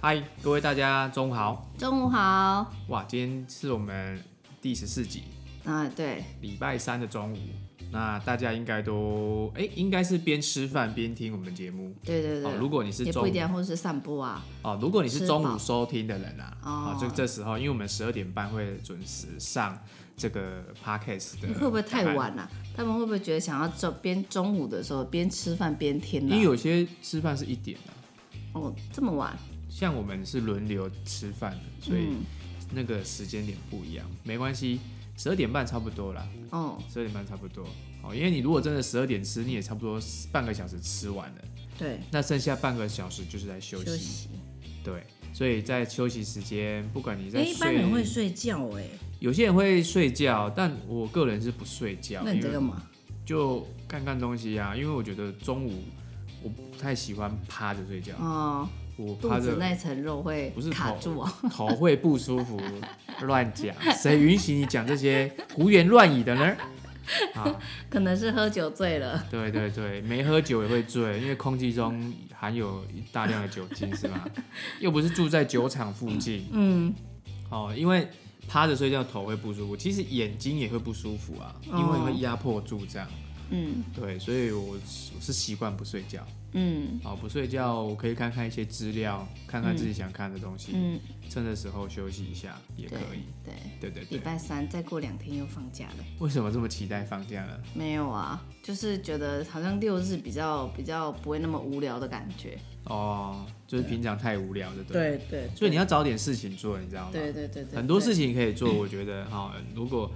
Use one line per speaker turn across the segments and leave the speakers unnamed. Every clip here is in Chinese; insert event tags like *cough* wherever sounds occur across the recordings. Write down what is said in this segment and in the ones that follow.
嗨，各位大家中午好！
中午好。啊、
哇，今天是我们第十四集，
对，
礼拜三的中午。那大家应该都哎、应该是边吃饭边听我们节目
对对对，
哦。如果你是
也
中
不一
午
定，或者是散步啊，
哦，如果你是中
吃
午
饱
收听的人啊，
哦
哦，就这时候，因为我们十二点半会准时上这个 podcast 的，
会不会太？晚啊了、他们会不会觉得想要这边中午的时候边吃饭边听
因
呢、
为有些吃饭是一点的、
哦，这么晚，
像我们是轮流吃饭的，所以
嗯，
那个时间点不一样，没关系，十二点半差不多啦。
哦，
十二点半差不多。好，因为你如果真的十二点吃，你也差不多半个小时吃完了，
对，
那剩下半个小时就是在休息。
休息。
对，所以在休息时间，不管你
哎、
在
一般
睡，
人会睡觉哎、
有些人会睡觉，但我个人是不睡觉，
那你
因
在
为
干嘛？
就看看东西啊，因为我觉得中午我不太喜欢趴着睡觉，
哦，
我
肚
趴
子
着。
那层肉会
不是
卡
头
住啊。
头会不舒服，乱讲，谁允许你讲这些胡言乱语的呢？啊，
*laughs* 可能是喝酒醉
*laughs*
了。
对对对，没喝酒也会醉，因为空气中含有大量的酒精，是
*laughs*
吗？又不是住在酒厂附近，
嗯，
哦，因为趴着睡觉头会不舒服，其实眼睛也会不舒服啊，
哦
因为会压迫住这样。
嗯
对，所以我是我是习惯不睡觉，
嗯
哦，不睡觉我可以看看一些资料，看看自己想看的东西，
嗯，
趁的时候休息一下也可
对
以。
对。
对对
礼
对，
拜三再过两天又放假了。
为什么这么期待放假呢？
没有啊，就是觉得好像六日比较比较不会那么无聊的感觉。
哦，就是平常太无聊了，不。
对，
所以你要找点事情做，你知道吗？
对对对对，
很多事
情
情可以做，我觉
*clears throat*
得哈、如果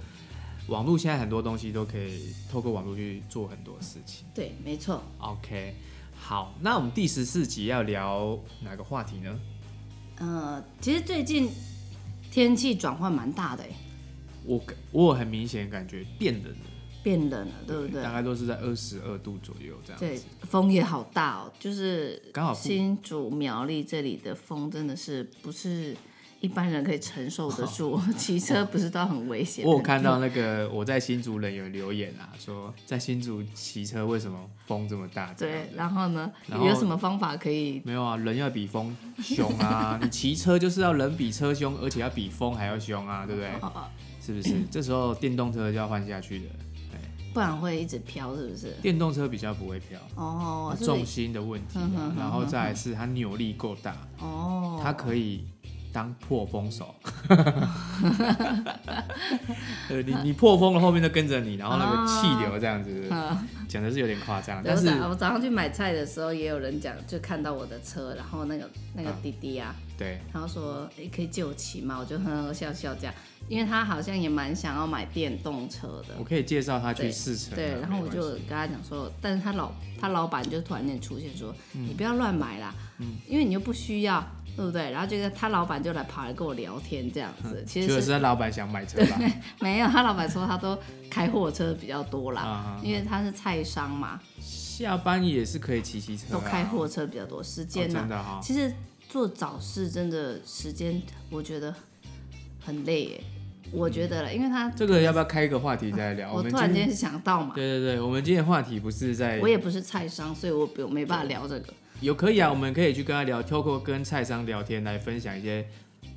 网络现在很多东西都可以透过网络去做很多事情。
对，没错。
OK，好，那我们第十四集要聊哪个话题呢？
呃，其实最近天气转换蛮大的耶，欸
我感我有很明显感觉变冷了，
变冷了，对不对
嗯大？概都是在二十二度左右这样
对
子。，
风也好大哦，就是
刚好不
新竹苗栗这里的风真的是不是一般人可以承受得
*laughs*
住，骑车不是都很危险？
我有看到那个我在新竹人有留言啊，说在新竹骑车为什么风这么大？这样
对，
子
然后呢，
然后
有什么方法可以
没有啊，人要比风凶啊！你骑车就是要人比车凶，而且要比风还要凶啊，
*laughs*
对不对？
哦
是不
*clears throat*
是？这时候电动车就要换下去的，
不然会一直飘，是不是？
电动车比较不会飘，
哦，所
重
以
心的问题、
哼哼
啊
哼，
然后再来是它扭力够大，
哦，
它可以当破风
*laughs*
手。呃，你你破风了，后面就跟着你，然后那个气
啊
流这样子，
嗯
讲的是有点夸张，
对
但
我
是
早我早上去买菜的时候，也有人讲，就看到我的车，然后那个那个
啊
弟弟啊，
对
然后说、诶可以借我骑吗？我就呵呵笑笑这样，因为他好像也蛮想要买电动车的
我。可以介绍他去
对
试乘啊。
对，然后
嗯
我
没关系
就跟他讲说，但是他老他老板就突然间出现说，
嗯
你不要乱买啦，因为你又不需要，对不对？然后就跟他老板就来跑来跟我聊天这样子，嗯其
结果嗯
实
是
是
他老板想买车吧？
没有，他老板说他都开货车比较多啦，
*laughs* 啊
因为他是菜商嘛，
下班也是可以骑骑车、啊，
都开货车比较多，时间啊
哦
呐、
真的哈、
其实做早市真的时间，我觉得很累耶。我觉得了，因为他
这个要不要开一个话题再聊？嗯
我
哎们
突
今
然
天
间想到嘛，
对对对，我们今天的话题不是在
我也不是菜商，所以我不没办法聊这个。
有可以啊，我们可以去跟他聊，透过跟蔡商聊天来分享一些。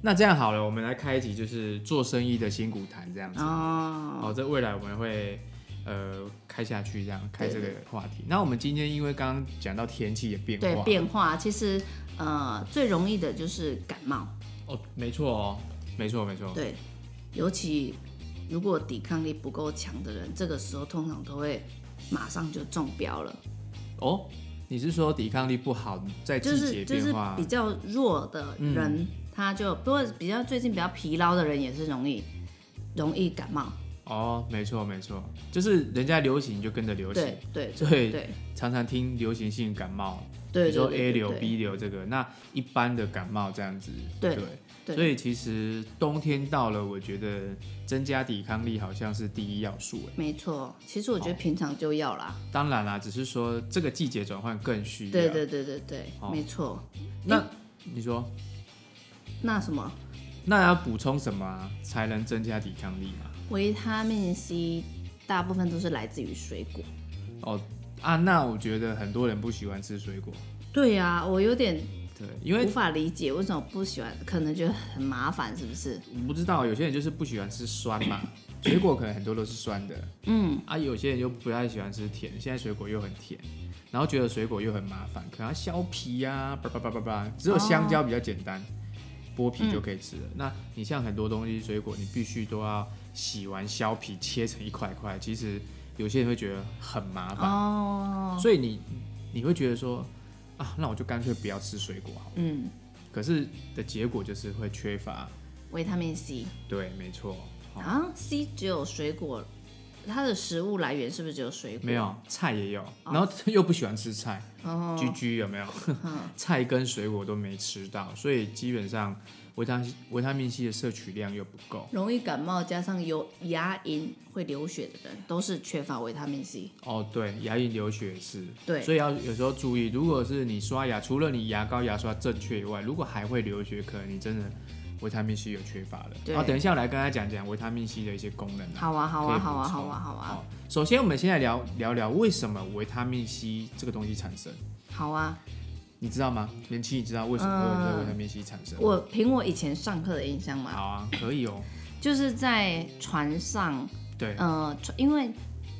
那这样好了，我们来开一集就是做生意的新股谈这样子。
哦，
好，这未来我们会呃开下去这样开这个
对
话题。那我们今天因为刚刚讲到天气的变
嗯对
化，
变化，其实呃最容易的就是感冒，
哦，没错哦，没错没错，
对，尤其如果抵抗力不够强的人，这个时候通常都会马上就中标了。
哦。你是说抵抗力不好，在
就
季
是
节
就
变
是
化、嗯
比较弱的人，他就不过比较最近比较疲劳的人也是容易容易感冒，
哦，没错没错，就是人家流行你就跟着流行，
对
*laughs*
对
所
对
以
对
常常听流行性感冒，
对，
比如说
对
A 流、。
对对
B 流这个，那一般的感冒这样子，
对对
所以其实冬天到了，我觉得增加抵抗力好像是第一要素哎。
没错，其实我觉得平常就要啦。
当然啦，只是说这个季节转换更需要。
对对对对对，
哦
没错。
那、你说，
那什么
那要补充什么啊、才能增加抵抗力嘛？
维他命 C，大部分都是来自于水果。
哦啊，那我觉得很多人不喜欢吃水果，
对呀、我有点
对，因为
无法理解为什么不喜欢，可能觉得很麻烦，是不是？
我不知道有些人就是不喜欢吃酸
*coughs*
嘛，水果可能很多都是酸的
嗯，
啊，有些人就不太喜欢吃甜，现在水果又很甜，然后觉得水果又很麻烦，可能要削皮呀、叭叭叭叭叭，只有香蕉比较简
哦
单，剥皮就可以吃了。那你像很多东西水果，你必须都要洗完削皮切成一块一块，其实有些人会觉得很麻烦，
哦，
所以你你会觉得说啊，那我就干脆不要吃水果好了。
嗯，
可是的结果就是会缺乏，
维他命 C
对，没错，哦好
啊，C 只有水果，它的食物来源是不是只有水果？
没有菜也有，然后又不喜欢吃菜，
嗯哦，嗯
居居有没有？ *laughs* 菜跟水果都没吃到，所以基本上维他维他命 C 的摄取量又不够。
容易感冒加上有牙龈会流血的人，都是缺乏维他命 C。
哦，对，牙龈流血也是，
对
所以要有时候注意，如果是你刷牙，除了你牙膏、牙刷正确以外，如果还会流血，可能你真的维他命 C 有缺乏了。
对
好，等一下我来跟大家讲讲维他命 C 的一些功能啊。
好啊，好啊，
可以补
好啊，
充
好啊，好啊，
好首先，我们先来聊聊聊为什么维他命 C 这个东西产生，
好啊！
你知道吗？元气，你知道为什么会有这个维他命 C 产生？
嗯我凭我以前上课的印象嘛，
好啊，可以哦。
就是在船上，
对，
呃，船因为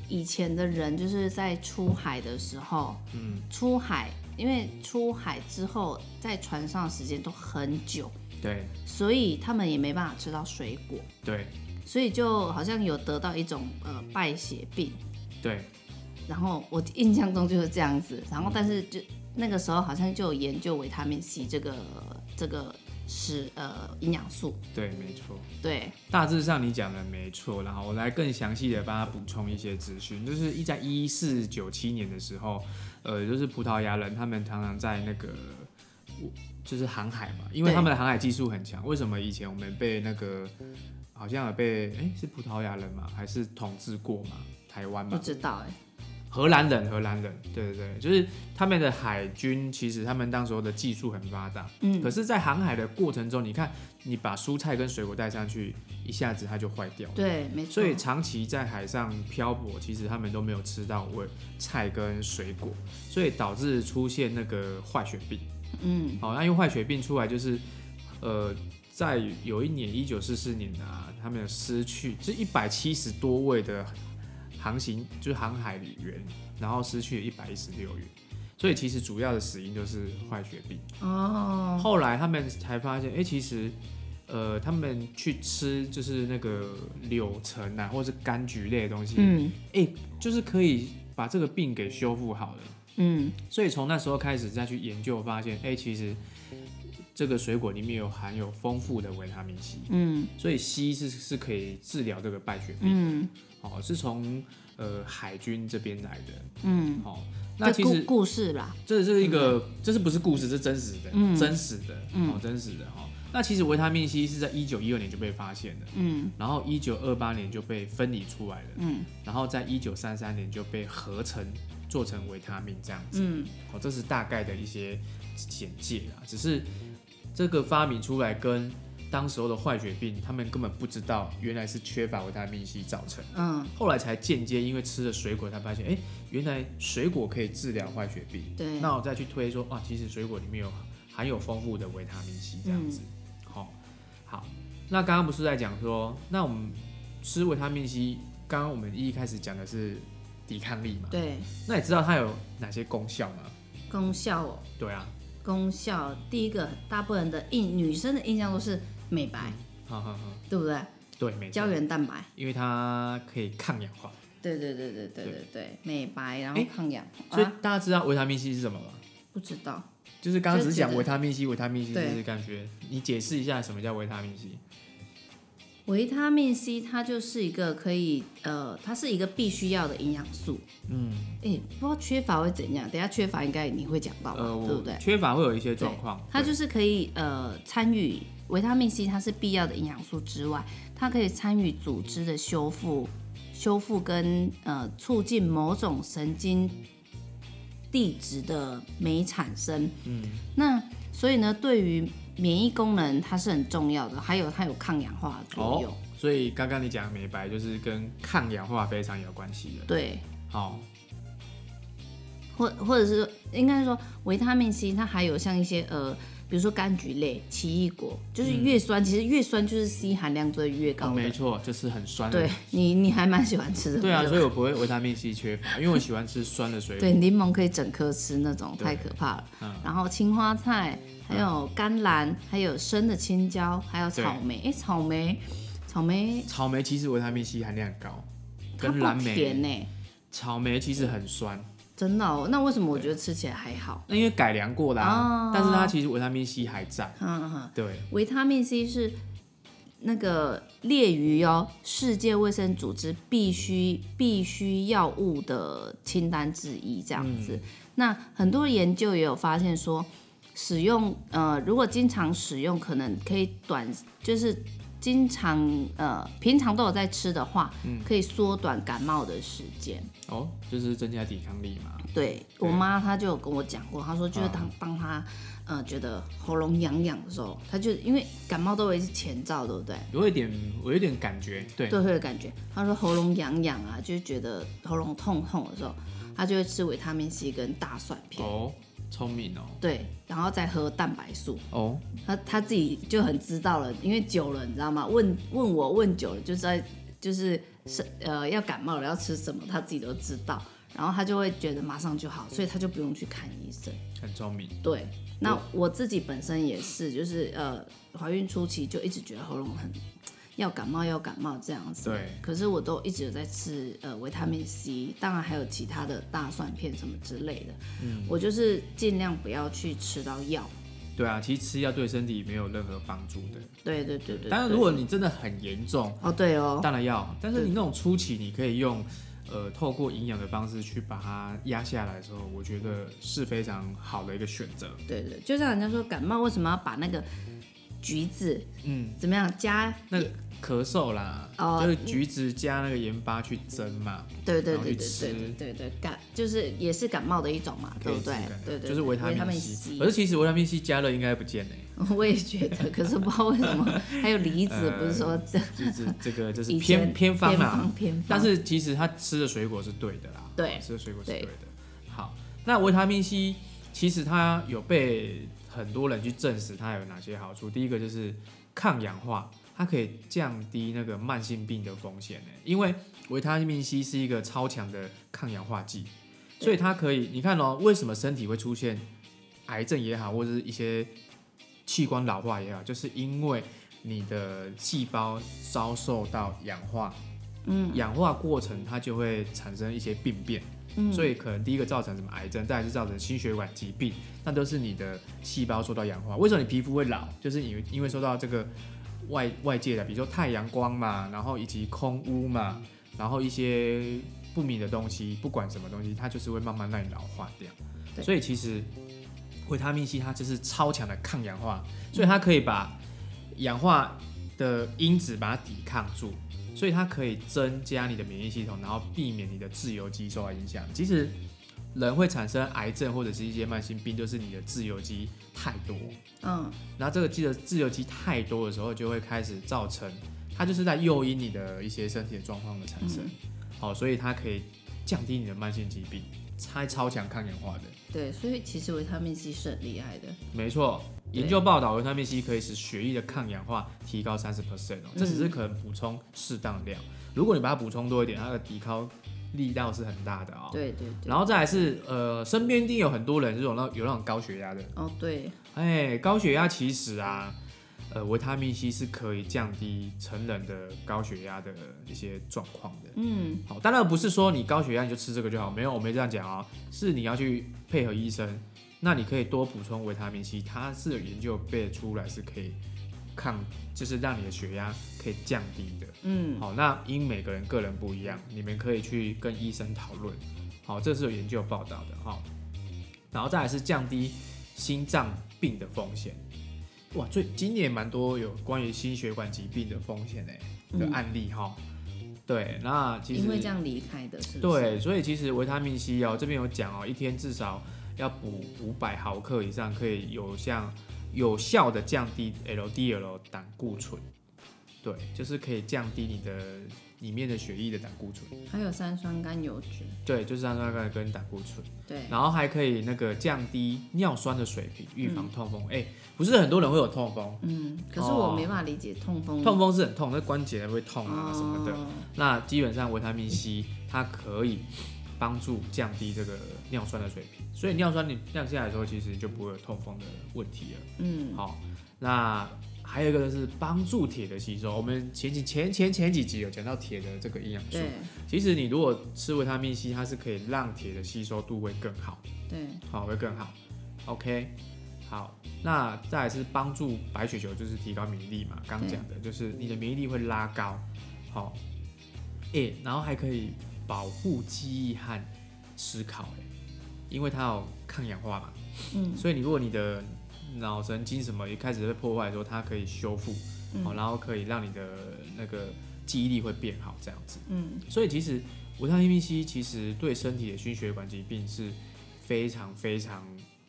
以前的人就是在出海的时候，
嗯，
出海，因为出海之后在船上的时间都很久，
对，
所以他们也没办法吃到水果，
对，
所以就好像有得到一种呃败血病。
对，
然后我印象中就是这样子，然后但是就那个时候好像就有研究维他命 C 这个这个是呃营养素，
对，没错。
对，
大致上你讲的没错，然后我来更详细的帮他补充一些资讯，就是一在一四九七年的时候，呃，就是葡萄牙人他们常常在那个，就是航海嘛，因为
对
他们的航海技术很强。为什么以前我们被那个好像有被哎、是葡萄牙人嘛，还是统治过嘛？台湾
不
嘛，
知道哎、
荷兰人，荷兰人，对对对，就是他们的海军，其实他们当时候的技术很发达，
嗯
可是，在航海的过程中，你看，你把蔬菜跟水果带上去，一下子它就坏掉了。
对，没错，
所以长期在海上漂泊，其实他们都没有吃到味菜跟水果，所以导致出现那个坏血病。
嗯
好、那因为坏血病出来就是，呃，在有一年一九四四年啊，他们有失去这一百七十多位的航行就是航海员，然后失去了一百一十六人，所以其实主要的死因就是坏血病。
哦，
后来他们才发现，哎、其实，呃，他们去吃就是那个柳橙啊，或是柑橘类的东西，哎、
嗯
就是可以把这个病给修复好了。
嗯
所以从那时候开始再去研究，发现，哎、其实这个水果里面有含有丰富的维他命 C，
嗯
所以 C 是是可以治疗这个败血病。
嗯
哦，是从呃海军这边来的。
嗯，
哦，那
这
其
故
实
故事啦，
这是一个，这是不是故事？这是真实的，
嗯
真实的，哦，真实的哈、哦。那其实维他命 C 是在一九一二年就被发现的，
嗯
然后一九二八年就被分离出来了，
嗯
然后在一九三三年就被合成做成维他命这样子。
嗯
哦，这是大概的一些简介啦。只是这个发明出来跟当时候的坏血病，他们根本不知道原来是缺乏维他命 C 造成的。
嗯，
后来才间接因为吃了水果，才发现，哎、原来水果可以治疗坏血病。
对，
那我再去推说，哇，其实水果里面有含有丰富的维他命 C 这样子。
嗯
好、好，那刚刚不是在讲说，那我们吃维他命 C，刚刚我们一开始讲的是抵抗力嘛，
对
那你知道它有哪些功效吗？
功效哦
对啊，
功效，第一个大部分的印女生的印象都是美白，
好好好，
对不对？
对，没错
胶，原啊蛋白。
因为它可以抗氧化，
对对对对对对对，美白然后
诶
抗氧、
所以
啊，
大家知道维他命 C 是什么吗？
不知道
就是刚刚只是
就
讲
觉得
维他命 C，维他命 C
对
就是感觉，你解释一下什么叫维他命 C？
维他命 C 它就是一个可以呃，它是一个必须要的营养素。
嗯，
哎、不知道缺乏会怎样？等一下缺乏应该你会讲到吧，
呃，
对不
我
对？
缺乏会有一些状况，
它
对
就是可以呃参与维他命 C，它是必要的营养素之外，它可以参与组织的修复、修复跟呃促进某种神经递质的酶产生。嗯，那所以呢，对于免疫功能它是很重要的，还有它有抗氧化的作用。
哦，所以刚刚你讲的美白就是跟抗氧化非常有关系的。
对，
好，
或或者是应该说维他命 C，它还有像一些呃，比如说柑橘类、奇异果，就是
嗯
越酸，其实越酸就是 C 含量最越高
哦
的。
没错，就是很酸的。
对你，你还蛮喜欢吃的。
嗯对啊，
吧
所以我不会维他命 C 缺
*laughs*
乏，因为我喜欢吃酸的水果。
对柠檬可以整颗吃那种，太可怕了。
嗯
然后青花菜，还有甘蓝，还有生的青椒，还有草莓。哎，草莓，草莓
草莓其实维他命 C 含量很高，
它
跟蓝
不
莓。
甜呢、
草莓其实很酸，
真的、哦。那为什么我觉得吃起来还好？
那因为改良过啦、
哦
但是它其实维他命 C 还在。
嗯嗯嗯，
对，
维他命 C 是那个列于哦世界卫生组织必须必须药物的清单之一，这样子。那很多研究也有发现说，使用呃如果经常使用，可能可以短就是。经常呃，平常都有在吃的话，可以缩短感冒的时间。
哦，就是增加抵抗力嘛。
对我妈，她就有跟我讲过，她说就是当、
嗯
当她呃觉得喉咙痒痒的时候，她就因为感冒都有一些前兆，对不对？
我有一点，我有一点感觉，对，
对，会有感觉。她说喉咙痒痒啊，就是觉得喉咙痛痛的时候，她就会吃维他命 C 跟大蒜片，
哦，聪明哦，
对，然后再喝蛋白素。
哦，
她她自己就很知道了，因为久了，你知道吗？问问我问久了，就知道就是是呃要感冒了要吃什么，她自己都知道，然后她就会觉得马上就好，所以她就不用去看医生。
很聪明。
对，那我自己本身也是，就是呃，怀孕初期就一直觉得喉咙很要感冒要感冒这样子。
对。
可是我都一直有在吃呃维他命 C，当然还有其他的大蒜片什么之类的。嗯。我就是尽量不要去吃到药。
对啊，其实吃药对身体没有任何帮助的。
对对对对。
当然，
对
如果你真的很严重，
哦对哦，
当然要，但是你那种初期，你可以用呃透过营养的方式去把它压下来的时候，我觉得是非常好的一个选择。
对对，就像人家说感冒为什么要把那个橘子
嗯，
怎么样加？
那咳嗽啦，
哦
就是橘子加那个盐巴去蒸嘛，
对对
然后
对
去
对对对
吃
对对，感就是也是感冒的一种嘛，
可
对
以
不
吃
对
感觉？
对对，
就是
对
维他命
C
C。可是其实维他命 C 加热应该不见呢，欸
*laughs* 我也觉得，可是不知道为什么，还有梨子，不是说这
就是这个就是
以
偏
前
偏方
偏
啦
方。偏方，
但是其实他吃的水果是对的啦，
对
吃的水果是
对
对的。好，那维他命 C 其实它有被很多人去证实它有哪些好处。第一个就是抗氧化，它可以降低那个慢性病的风险呢，因为维他命 C 是一个超强的抗氧化剂，
对
所以它可以，你看哦，为什么身体会出现癌症也好，或者是一些器官老化也好，就是因为你的细胞遭受到氧化，嗯，氧化过程它就会产生一些病变，嗯，所以可能第一个造成什么癌症，再来是造成心血管疾病，那都是你的细胞受到氧化。为什么你皮肤会老？就是因为因为受到这个外外界的，比如说太阳光嘛，然后以及空污嘛，然后一些不明的东西，不管什么东西，它就是会慢慢让你老化掉。
对
所以其实维他命 C 它就是超强的抗氧化，所以它可以把氧化的因子把它抵抗住，所以它可以增加你的免疫系统，然后避免你的自由基受到影响。其实人会产生癌症或者是一些慢性病，就是你的自由基太多，
嗯，
然后这个基的自由基太多的时候，就会开始造成它就是在诱因你的一些身体的状况的产生。好、所以它可以降低你的慢性疾病，它超强抗氧化的。
对，所以其实维他命 C 是很厉害的，
没错，
对
研究报道，维他命 C 可以使血液的抗氧化提高三十 percent 哦，这只是可能补充适当量。如果你把它补充多一点，它的抵抗力道是很大的哦。
对对对，
然后再来是呃，身边一定有很多人这种那有那种高血压的，
哦对，
哎，高血压其实啊，呃，维他命 C 是可以降低成人的高血压的一些状况的。
嗯，
好，当然不是说你高血压你就吃这个就好，没有，我没这样讲啊，是你要去配合医生，那你可以多补充维他命 C，它是有研究被出来是可以抗，就是让你的血压可以降低的。
嗯，
好，那因每个人个人不一样，你们可以去跟医生讨论。好，这是有研究报道的哈。然后再来是降低心脏病的风险。哇，最今年蛮多有关于心血管疾病的风险哎的
嗯
案例哈。对，那其实
因为这样离开的是不是，
对，所以其实维他命 C 哦，这边有讲哦，一天至少要补五百毫克以上，可以有像有效的降低 LDL 胆固醇，对，就是可以降低你的里面的血液的胆固醇，
还有三酸甘油脂，
对，就是三酸甘油跟胆固醇，
对，
然后还可以那个降低尿酸的水平，预防痛风。哎、不是很多人会有痛风，
嗯，可是我
哦
没办法理解痛风，
痛风是很痛，那关节会痛啊什么的。
哦
那基本上维他命 C 它可以帮助降低这个尿酸的水平，所以尿酸你降下来的时候，其实就不会有痛风的问题了。
嗯，
好、那还有一个就是帮助铁的吸收。我们前几前前前几集有讲到铁的这个营养素，
对
其实你如果吃维他命 C，它是可以让铁的吸收度会更好，
对，
好、会更好。OK，好，那再来是帮助白血球，就是提高免疫力嘛，刚讲的就是你的免疫力会拉高，好、诶、然后还可以保护记忆和思考、诶，因为它有抗氧化嘛，
嗯
所以你如果你的脑神经什么一开始被破坏的时候，它可以修复，好、然后可以让你的那个记忆力会变好，这样子。
嗯
所以其实维他命 B C 其实对身体的心血管疾病是非常非常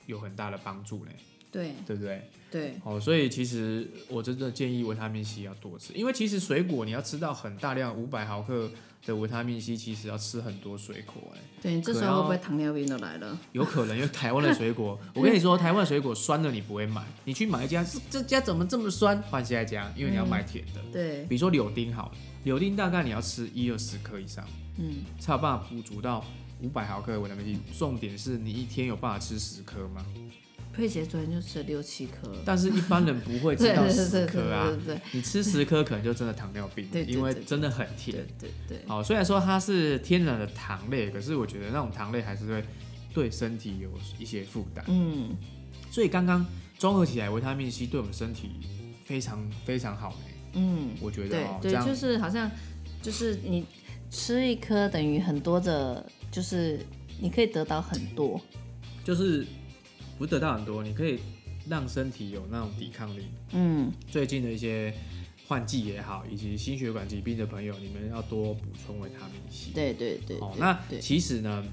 有很大的帮助嘞，
对
对不对？
对，
哦，所以其实我真的建议维他命 C 要多吃，因为其实水果你要吃到很大量五百毫克的维他命 C，其实要吃很多水果哎。
对，这时
可
候
要
会不会糖尿病都来了？
有可能，因为台湾的水果，我跟你说，台湾的水果酸的你不会买，你去买一家，这这家怎么这么酸？换下一家，因为你要买甜的。
对，
比如说柳丁好了，柳丁大概你要吃一二十颗以上，
嗯，
才有办法补足到五百毫克的维他命 C。重点是你一天有办法吃十颗吗？
佩姐昨天就吃了六七颗了，
但是一般人不会吃
对
到
*laughs* 对对
十
对
颗啊
对，对
你吃十颗可能就真的糖尿病
对，对
因为
对
真的很甜。
对对对
好，虽然说它是天然的糖类，可是我觉得那种糖类还是会对身体有一些负担。
嗯，
所以刚刚综合起来，维他命 C 对我们身体非常非常好嘞，
嗯，
我觉得
对
哦，这
对，
样
就是好像就是你吃一颗等于很多的，就是你可以得到很多，
就是不是得到很多，你可以让身体有那种抵抗力。
嗯，
最近的一些换季也好，以及心血管疾病的朋友，你们要多补充维他命 C。
对对对，
哦，
对
那
对
其实呢，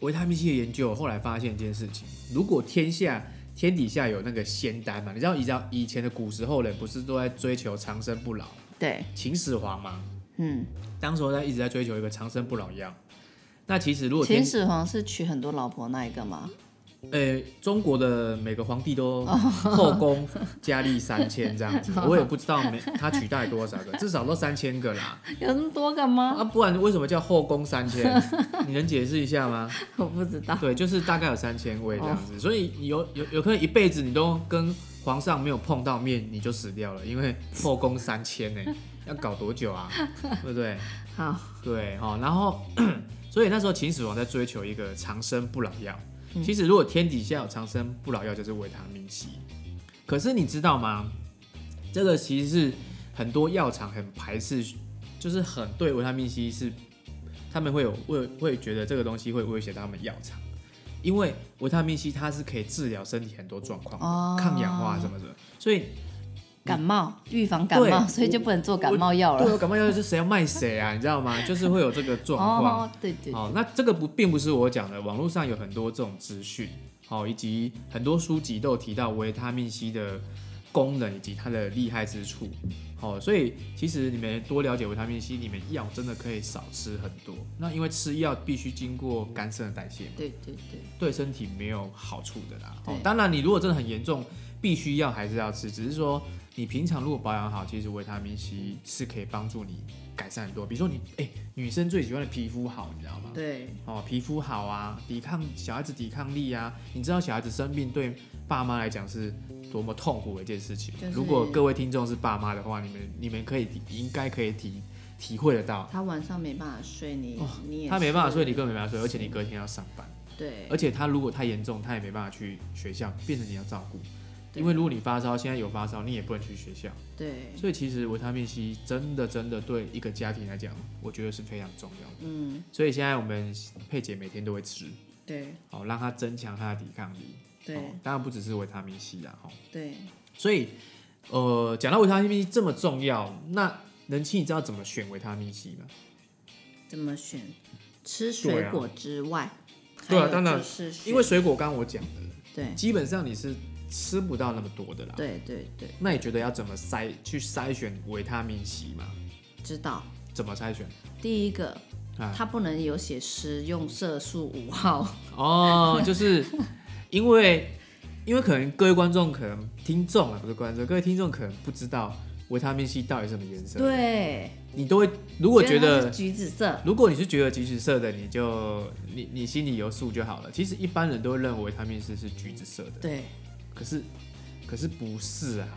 维他命 C 的研究后来发现一件事情：如果天下天底下有那个仙丹嘛，你知道，你知道以前的古时候人不是都在追求长生不老，
对，
秦始皇嘛，
嗯，
当时候在一直在追求一个长生不老药。那其实如果
秦
天
始皇是娶很多老婆那一个吗？ *laughs*
呃中国的每个皇帝都后
*laughs*
宫佳丽三千这样子，我也不知道每他取代多少个，至少都三千个啦。
有那么多个吗？
啊，不然为什么叫后宫三千？ *laughs* 你能解释一下吗？
我不知道。
对，就是大概有三千位这样子，所以你有有有可能一辈子你都跟皇上没有碰到面，你就死掉了，因为后宫三千呢，要搞多久啊？对不对？
好，
对哦，然后所以那时候秦始皇在追求一个长生不老药。
嗯
其实如果天底下有长生不老药，就是维他命 C。可是你知道吗？这个其实是很多药厂很排斥，就是很对维他命 C 是他们会有会会觉得这个东西会威胁到他们药厂，因为维他命 C 它是可以治疗身体很多状况的，
哦
抗氧化什么的，所以
感冒预防感冒，
对
所以就不能做感冒药
对
了。
有感冒药是谁要卖谁啊，你知道吗？就是会有这个状况。
哦，对对，
好、那这个不并不是我讲的，网络上有很多这种资讯，好、以及很多书籍都有提到维他命 C 的功能以及它的厉害之处。好、所以其实你们多了解维他命 C，你们药真的可以少吃很多。那因为吃药必须经过肝肾的代谢嘛，
对对对，
对身体没有好处的啦。哦
对，
当然你如果真的很严重，必须要还是要吃，只是说你平常如果保养好，其实维他命 C 是可以帮助你改善很多。比如说你，哎、女生最喜欢的皮肤好，你知道吗？
对
哦，皮肤好啊，抵抗小孩子抵抗力啊，你知道小孩子生病对爸妈来讲是多么痛苦的一件事情吗。
就是
如果各位听众是爸妈的话，你们你们可以体应该可以体体会得到，
他晚上没办法睡，你
哦
你也
他没办法
是
睡，你根本没办法睡，而且你隔天要上班，
对
而且他如果太严重，他也没办法去学校，变成你要照顾。
对
因为如果你发烧，现在有发烧，你也不能去学校，
对，
所以其实维他命 C 真的真的对一个家庭来讲，我觉得是非常重要的。
嗯
所以现在我们佩姐每天都会吃，
对
哦，让它增强它的抵抗力。哦
对，
当然不只是维他命 C 啦，哦，
对，
所以呃，讲到维他命 C 这么重要，那人气你知道怎么选维他命 C 吗？
怎么选？吃
对
水
啊
果之外，
对啊
还有
当然
就是选
因为水果刚刚我讲的，
对
基本上你是吃不到那么多的啦。
对对对，
那你觉得要怎么筛去筛选维他命 C 吗？
知道
怎么筛选？
第一个
啊，
它不能有写食用色素五号，
哦，就是因为因为可能各位观众可能听众啊，不是观众，各位听众可能不知道维他命 C 到底是什么颜色，，
对，
你都会如果觉
它
得
是橘子色，
如果你是觉得橘子色的，你就你你心里有数就好了。其实一般人都会认为维他命 C 是橘子色的，
对，
可是可是不是啊？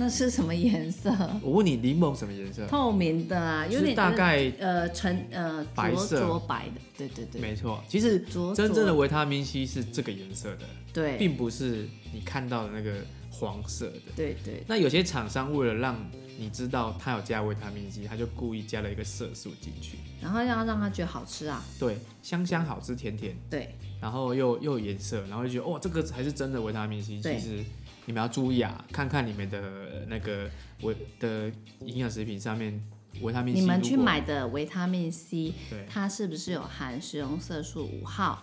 那是什么颜色？
我问你，柠檬什么颜色？
透明的啊，有
是
点
大概
呃橙呃
白
灼
色
灼白的，对对对
没错。其实
灼灼
真正的维他命 C 是这个颜色的，
对
并不是你看到的那个黄色的。
对对，
那有些厂商为了让你知道它有加维他命 C，它就故意加了一个色素进去。
然后要让它觉得好吃啊，
对，香香好吃，甜甜，
对
然后又又有颜色，然后就觉得哦，这个才是真的维他命 C。
对
其实你们要注意啊，看看你们的呃那个维的营养食品上面维他命 C
你
如果。
们去买的维他命 C，
对
它是不是有含食用色素五号，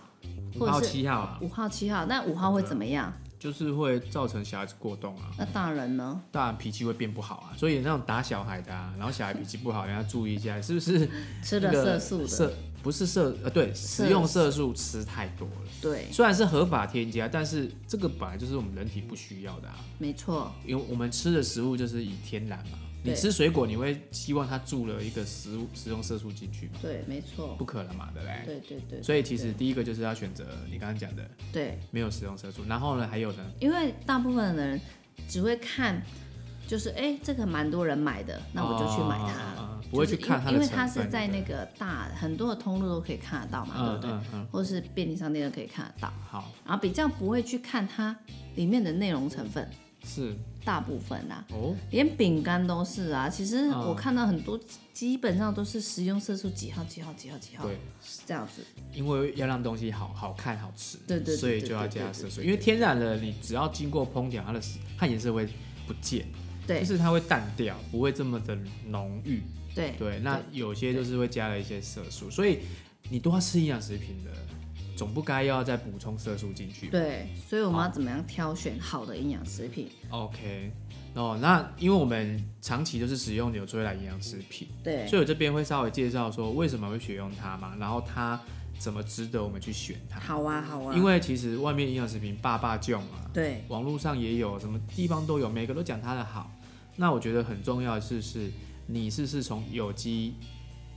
五
或
号
者是
七号啊，
五号七号？那五号会怎么样？
就是会造成小孩子过动啊，
那大人呢？
大人脾气会变不好啊。所以那种打小孩的啊，然后小孩脾气不好，你要注意一下，是不是
吃了
那
色
个
素的，
色不是色呃对，食用色素吃太多了。
对，
虽然是合法添加，但是这个本来就是我们人体不需要的啊。
没错，
因为我们吃的食物就是以天然嘛，
对
你吃水果你会希望它注了一个食物食用色素进去吗？
对，没错，
不可能嘛，对不对？
对对对。
所以其
对
实第一个就是要选择你刚刚讲的
对，
没有食用色素，然后呢还有呢，
因为大部分的人只会看，就是哎、这个蛮多人买的，那我就去买它。
啊啊啊啊不会去看它
就是因
的
为因为它
成
是
分，
在那
个
个大很多的通路都可以看得到嘛，对
嗯
不对？
嗯嗯，
或是便利商店都可以看得到，
好
然后比较不会去看它里面的内容成分，
是
大部分啊，
哦
连饼干都是啊。其实
嗯
我看到很多，基本上都是食用色素几号几号几号几号
对，
这样子。
因为要让东西好好看好吃，
对对对
所以
对
就要
对
加
对
色
对
素，
对
因为天然的你只要经过烹调，它的它颜色会不见，
对
就是它会淡掉，不会这么的浓郁。
对
对，那有些就是会加了一些色素，所以你都要吃营养食品的，总不该要再补充色素进去。
对，所以我们要怎么样挑选好的营养食品？
OK，哦，那因为我们长期都是使用纽崔莱营养食品，
对，
所以我这边会稍微介绍说为什么会选用它嘛，然后它怎么值得我们去选它。
好啊，好啊，
因为其实外面营养食品爸爸酱嘛，
对
网络上也有，什么地方都有，每个都讲它的好。那我觉得很重要的是，是你是不是从有机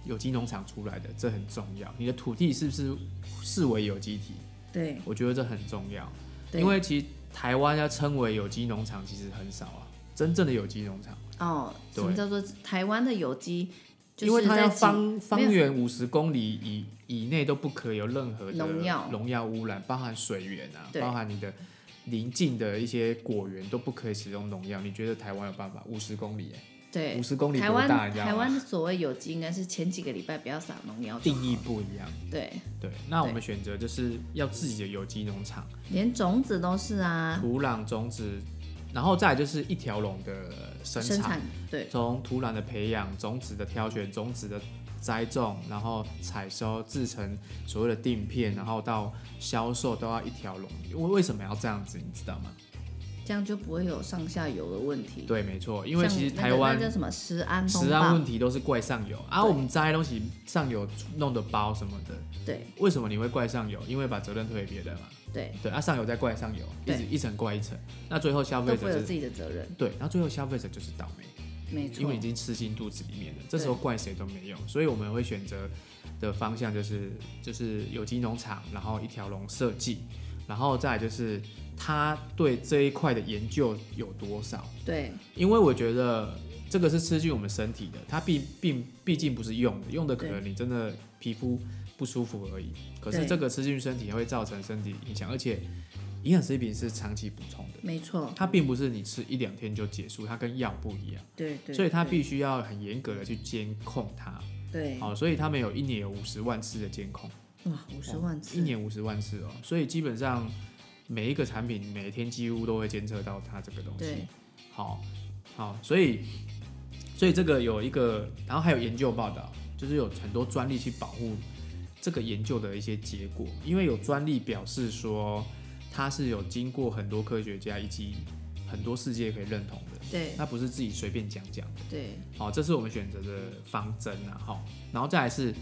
有机农场出来的，这很重要。你的土地是不是视为有机体？
对
我觉得这很重要，
对，
因为其实台湾要称为有机农场其实很少啊，真正的有机农场，
哦，什
对
么叫做台湾的有机？就是
因为它
在
要
几
方方
没有
圆五十公里以以内都不可有任何的
农药
农药污染，包含水源啊，
对
包含你的邻近的一些果园都不可以使用农药。你觉得台湾有办法？五十公里、欸，
对
五十公里
台
多大？
湾
你知道
台
吗？
湾所谓有机应该是前几个礼拜不要撒农药就好，
定义不一样。
对，
对，那我
对
们选择就是要自己的有机农场，
连种子都是啊，
土壤种子，然后再来就是一条龙的生
生
产
产对
从土壤的培养、种子的挑选、种子的栽种，然后采收、制成所谓的锭片，然后到销售都要一条龙。为为什么要这样子？你知道吗？
这样就不会有上下游的问题。
对，没错，因为
像
其实
那个
台湾
那叫什么食安
食
风
安
暴
问，题都是怪上游啊，
对
我们摘东西上游弄的包什么的，
对
为什么你会怪上游？因为把责任推给别人嘛。
对，
对，啊，上游再怪上游，一
对
直一层怪一层，那最后消费
都会有
者、是，
自己的责任，
对，然后最后消费者就是倒霉。
没错，
因为已经吃进肚子里面了，这时候怪谁都没用，所以我们会选择的方向就是就是有机农场，然后一条龙设计，然后再来就是他对这一块的研究有多少，
对
因为我觉得这个是吃进我们身体的，它并并毕竟不是用的，用的可能你真的皮肤不舒服而已，可是
对
这个吃进身体会造成身体影响，而且营养食品是长期补充的。
没错，
它并不是你吃一两天就结束，它跟药不一样。
对对，
所以他
对
必须要很严格的去监控它。
对
好、所以他们有一年有五十万次的监控，
哇五十万次
一年五十万次哦，所以基本上每一个产品每天几乎都会监测到它这个东西
对。
好，好，所以所以这个有一个，然后还有研究报道，就是有很多专利去保护这个研究的一些结果，因为有专利表示说它是有经过很多科学家以及很多世界可以认同的，
对
它不是自己随便讲讲。
对，
好，这是我们选择的方针啊。好，然后再来是，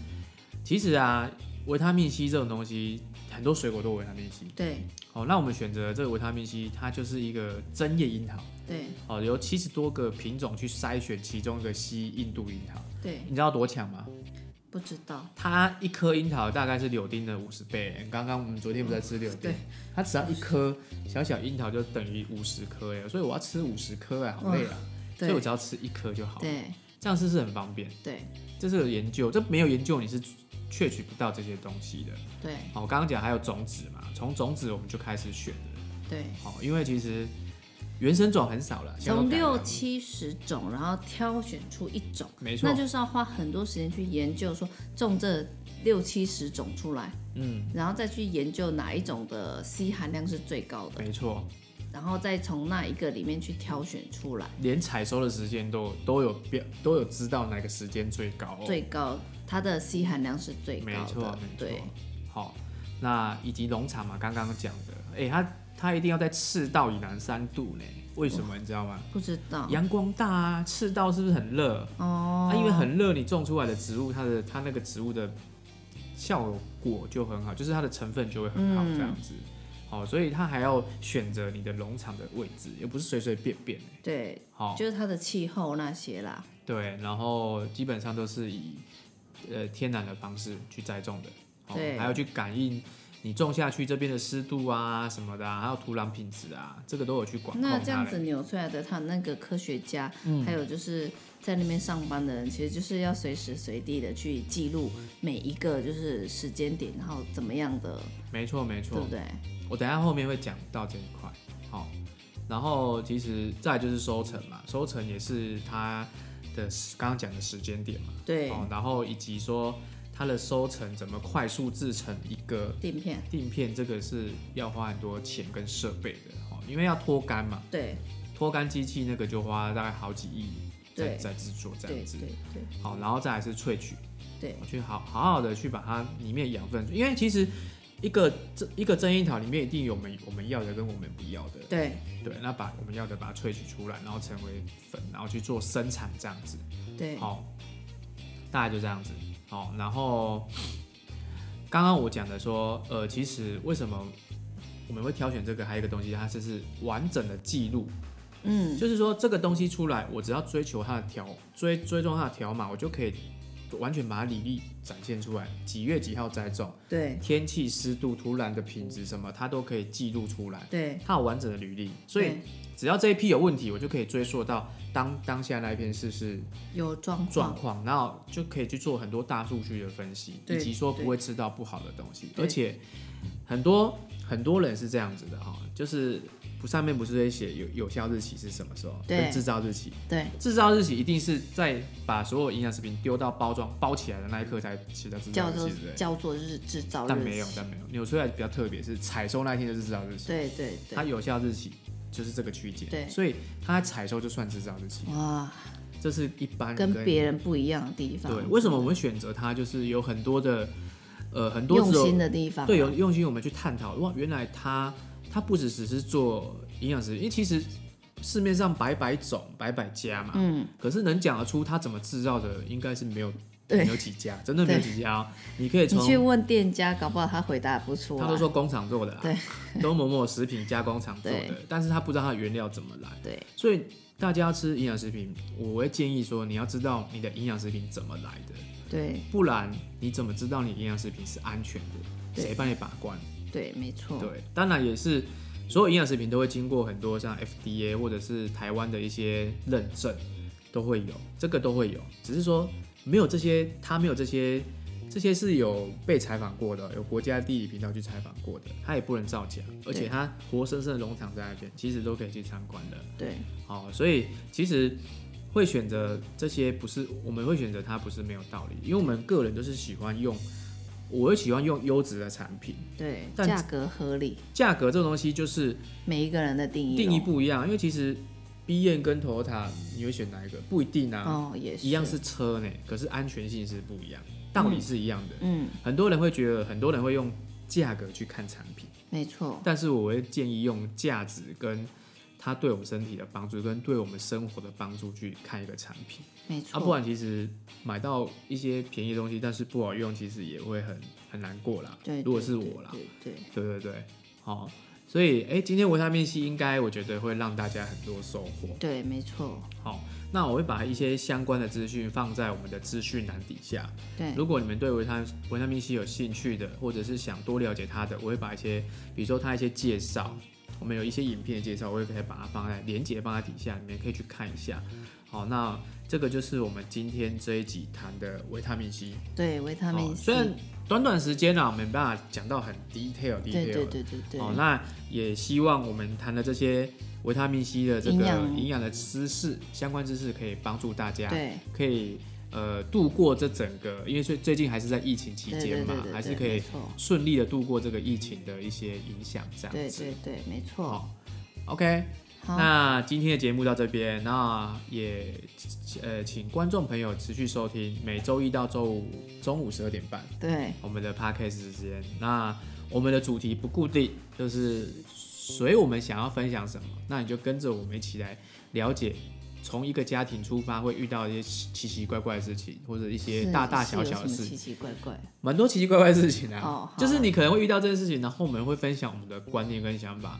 其实啊，维他命 C 这种东西，很多水果都有维他命 C。
对，
好，那我们选择这个维他命 C，它就是一个针叶樱桃，
对，
好，由七十多个品种去筛选其中一个西印度樱桃。
对，
你知道多强吗？
不知道，
它一颗樱桃大概是柳丁的五十倍。刚刚我们昨天不是在吃柳丁
对，
它只要一颗小小樱桃就等于五十颗哎，所以我要吃五十颗哎，好累啊！所以我
哦对，
只要吃一颗就好了，
对，
这样是不是很方便？
对，
这是有研究，这没有研究你是萃取不到这些东西的。哦
对，
好，我刚刚讲还有种子嘛，从种子我们就开始选了。
对，
好，因为其实原生种很少了，现在都
从
改良
六
了
七十种，然后挑选出一种，
没错
那，就是要花很多时间去研究，说种这六七十种出来，
嗯，
然后再去研究哪一种的 C 含量是最高的，
没错，
然后再从那一个里面去挑选出来
连采收的时间都都有标，都有知道哪个时间最高、哦。
最高，它的 C 含量是最
没
高
错，没，
的
错
对，。
好，那以及农场嘛，刚刚讲的，哎、它它一定要在赤道以南三度呢，为什么你知道吗？
不知道
阳光大啊，赤道是不是很热？啊，，
哦
因为很热，你种出来的植物，它的它那个植物的效果就很好，就是它的成分就会很好这样子。
嗯
好，所以它还要选择你的农场的位置，也不是随随便便的。
对，
好，
就是它的气候那些啦，
对，然后基本上都是以呃天然的方式去栽种的。好
对
还要去感应你种下去这边的湿度啊什么的、啊，还有土壤品质啊，这个都有去管控它
那
的。
这样子扭出来的，他那个科学家，还有就是在那边上班的人，其实就是要随时随地的去记录每一个就是时间点，然后怎么样的，
没错没
对
错
不，对？
我等一下后面会讲到这一块。好，然后其实再来就是收成嘛，收成也是它的时刚刚讲的时间点嘛。
对，
哦，然后以及说它的收成怎么快速制成一个
垫片，
定片，这个是要花很多钱跟设备的。哦，因为要脱干嘛，
对
脱干机器那个就花大概好几亿在
对
在制作这
对
样
对
子。
对
好，然后再来是萃取，
对
去好好好的去把它里面的养分，因为其实一个这一个真樱桃里面一定有我们我们要的跟我们不要的，
对
对，那把我们要的把它萃取出来，然后成为粉，然后去做生产这样子，
对
好，大概就这样子，好，然后刚刚我讲的说，呃，其实为什么我们会挑选这个，还有一个东西，它就是完整的记录，
嗯，
就是说这个东西出来，我只要追求它的条追追踪它的条码，我就可以完全把它履历展现出来，几月几号栽种，
对
天气、湿度、土壤的品质什么，它都可以记录出来，
对，
它有完整的履历。所以
对
只要这一批有问题，我就可以追溯到当当下那一片是不是
有状
状
况，
况，然后就可以去做很多大数据的分析，以
对
及说不会吃到不好的东西。
对
而且很多很多人是这样子的哈，就是不上面不是会写有有效日期是什么时候，
对
跟制造日期。
对
制造日期一定是在把所有营养食品丢到包装包起来的那一刻才写到制造
叫
日
做
期，嗯对不对？
叫做日制造
但
日
没有，
期，
但没有。纽崔莱比较特别，是采收那一天就是制造日期，
对对
它
对，
有效日期就是这个区间，
对
所以它采收就算制造日期，
哇，
这是一般
跟别人不一样的地方，
嗯对，为什么我们选择它？就是有很多的，呃，很多
用
只有
心的地方啊？
对有用心，我们去探讨哇，原来它它不只只是做营养师，因为其实市面上百百种、百百家嘛，
嗯，
可是能讲得出它怎么制造的，应该是没有
对
没有几家，真的没有几家、哦。你可以
你去
从
问店家，搞不好他回答不啊出来。
他都说工厂做的啦，
对，
都某某食品加工厂做的
对，
但是他不知道它的原料怎么来，
对
所以大家要吃营养食品，我会建议说你要知道你的营养食品怎么来的。
对
不然你怎么知道你营养食品是安全的？
对哦
谁帮你把关？
对，没错。
对，当然也是所有营养食品都会经过很多像 FDA 或者是台湾的一些认证，都会有，这个都会有，只是说没有这些，它没有这些，这些是有被采访过的，有国家地理频道去采访过的，它也不能造假，而且
对
它活生生的农场在那边，其实都可以去参观的。
对
哦，所以其实会选择这些不是我们会选择它不是没有道理，因为我们个人都是喜欢用，我会喜欢用优质的产品，
对
但
价格合理，
价格这种东西就是
每一个人的定义咯
定义不一样，因为其实 B 验跟 Toyota 你会选哪一个不一定啊，
哦，也是
一样是车呢，可是安全性是不一样，道理是一样的，
嗯，
很多人会觉得很多人会用价格去看产品，
没错，
但是我会建议用价值跟它对我们身体的帮助跟对我们生活的帮助去看一个产品。
没
啊，
错，
不然其实买到一些便宜的东西，但是不好用，其实也会很很难过啦。
对，
如果
对
是
对
我啦，
对对
对对对，哦，所以哎、诶今天维他命 C 应该我觉得会让大家很多收获。
对，没错，
好、那我会把一些相关的资讯放在我们的资讯栏底下。
对，
如果你们对维他维他命 C 有兴趣的，或者是想多了解它的，我会把一些，比如说它一些介绍，我们有一些影片的介绍，我也可以把它放在连接放在底下，你们可以去看一下。好，那这个就是我们今天这一集谈的维他命 C。
对维他命
哦
C，
虽然短短时间啊，没办法讲到很 detail
对对
detail
对对对，
哦，那也希望我们谈的这些维他命 C 的这
营
个
养
营养的知识，相关知识可以帮助大家，
对
可以呃度过这整个，因为最最近还是在疫情期
对对
间嘛
对，对
还是
对
可
没
以
错
顺利的度过这个疫情的一些影响，这样子。
对对对，没错，
好，OK，
好
那今天的节目到这边，那也呃请观众朋友持续收听，每周一到周五中午十二点半。
对
我们的 podcast 时间。那我们的主题不固定，就是随我们想要分享什么，那你就跟着我们一起来了解，从一个家庭出发会遇到一些奇奇怪怪的事情，或者一些
是
大大
是
小
有
小的
什么
事
奇
情，
奇怪怪，
蛮多奇奇怪怪的事情啊。
哦好啊
就是你可能会遇到这件事情，然后我们会分享我们的观念跟想法，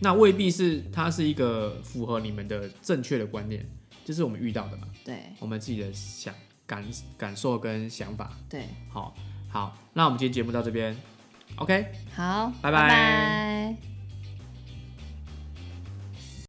那未必是它是一个符合你们的正确的观念，就是我们遇到的嘛，
对
我们自己的想感感受跟想法。
对，
好，好，那我们今天节目到这边，OK。
好，
拜拜
拜